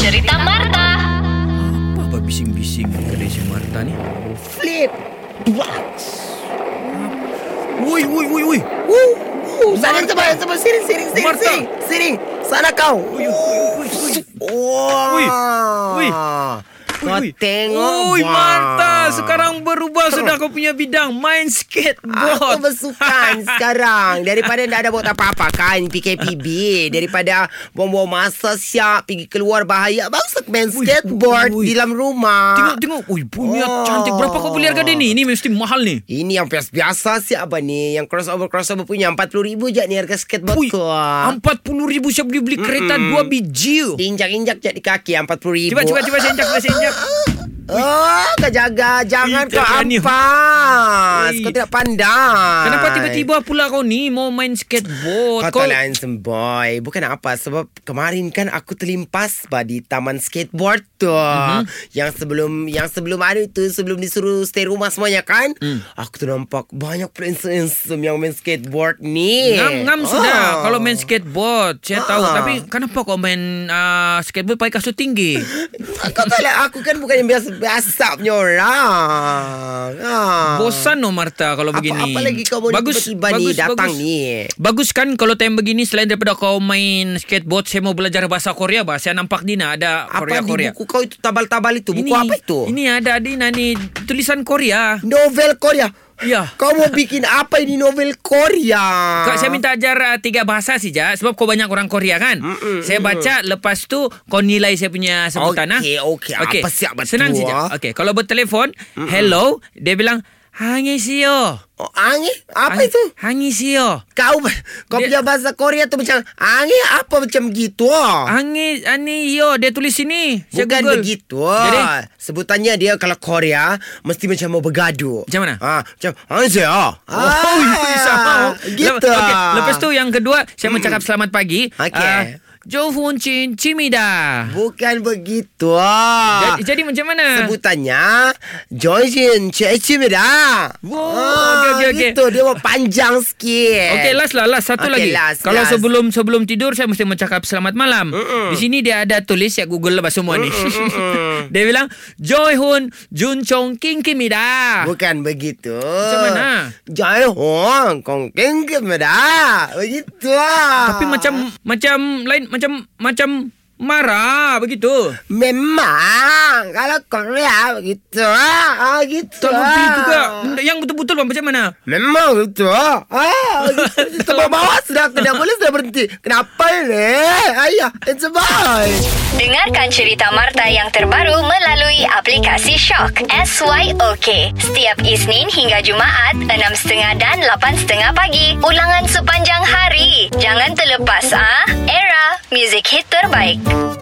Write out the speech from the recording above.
Cerita Marta. Apa abang bising-bising di kedai si Marta ni? Flip. Woi, woi, woi, woi. Woo. Woo. Sana cepat, cepat. Sini, sini, sini, Marta. sini. Sini. Sana kau. Woi, woi. Wah. Ui. Ui. Kau Ui, ui. tengok. Ui, Wah. Marta Sekarang berubah sudah kau punya bidang Main skateboard Aku bersukan sekarang Daripada tak ada buat apa-apa kan PKPB Daripada buang-buang masa siap Pergi keluar bahaya Bangsa main Ui, skateboard ui. Di dalam rumah Tengok, tenguk Ui, punya Oh. cantik Berapa kau beli harga dia ni? Ini mesti mahal ni Ini yang biasa-biasa siap abang ni Yang crossover-crossover punya RM40,000 je ni harga Ui, skateboard tu ah. RM40,000 siap boleh beli kereta dua biji Diinjak-injak je di kaki RM40,000 Cuba, cuba, cuba Senjak, cuba senjak Oh, kau jaga Jangan Ui, kau jangan ni. ampas Ui. Kau tidak pandai Kenapa tiba-tiba pula kau ni Mau main skateboard Ah. Kau tak lah handsome boy Bukan apa Sebab kemarin kan Aku terlimpas bah, Di taman skateboard tu Mhm. mm-hmm. Yang sebelum Yang sebelum ada tu Sebelum disuruh Stay rumah semuanya kan Hmm. mm. Aku tu nampak Banyak pula handsome Yang main skateboard ni Ngam-ngam Oh. sudah Kalau main skateboard Saya tahu Ah. Tapi kenapa kau main ah, Skateboard pakai kasut tinggi Kau tak lah Aku kan bukan yang biasa-biasa punya orang ah. Bosan no Marta Kalau apa, begini apa lagi kau boleh tiba-tiba ni Datang ni Bagus kan kalau time begini selain daripada kau main skateboard saya mau belajar bahasa Korea bah. Saya nampak Dina ada Apa Korea di Korea. buku kau itu Tabal-tabal itu Buku apa itu Ini ada Dina ni tulisan Korea. Novel Korea Ya. Kau mau bikin apa ini novel Korea? Kak, saya minta ajar uh, tiga bahasa saja sebab kau banyak orang Korea kan. Mm-mm, saya baca lepas tu kau nilai saya punya sebutan Okey, ah. okey. Apa siap betul, Senang saja. ah. Okey, kalau bertelefon, hello, dia bilang Hangisio. Oh, angi? Apa itu? Hangisio. Kau kau Dia- punya bahasa Korea tu macam angi apa macam gitu. Oh. Angis ani yo dia tulis sini. Ah, Saya Bukan Google. begitu. Ah. Jadi Sebutannya dia kalau Korea mesti macam mau bergaduh. Macam mana? Ha, macam angi oh. Oh, ya, sama. Gitu. Hmm. Okay. Lepas tu yang kedua, saya mm. mengucapkan selamat pagi. Okey. Johun Chin Chimida. bukan begitu. Jadi, jadi macam mana? Sebutannya Joyjin Chechimida. Wow, okey, okey, okey. Ah, Gitu dia mau panjang sikit. Okey, last lah, last satu lagi. Okey, last, Kalau last. sebelum sebelum tidur saya mesti mengucapkan selamat malam. Di sini dia ada tulis saya Google lah semua ni. dia bilang Johun Jun Chong King Kimida. Bukan begitu. Macam mana? Jai Hong Kong Keng Kemera. Begitu lah. Tapi macam macam lain macam macam marah begitu. Memang. Kalau Korea begitu lah. Ah, gitu Tak lah. lebih juga. Yang betul-betul bang macam mana? Memang gitu lah. Ah, gitu. Sebab bawah sudah. Tidak boleh sudah berhenti. Kenapa ni? Ayah. It's a boy. Dengarkan cerita Marta yang terbaru melalui aplikasi Shock SYOK setiap Isnin hingga Jumaat 6.30 dan 8.30 pagi. Ulangan sepanjang hari. Jangan terlepas ah. Era, music hit terbaik.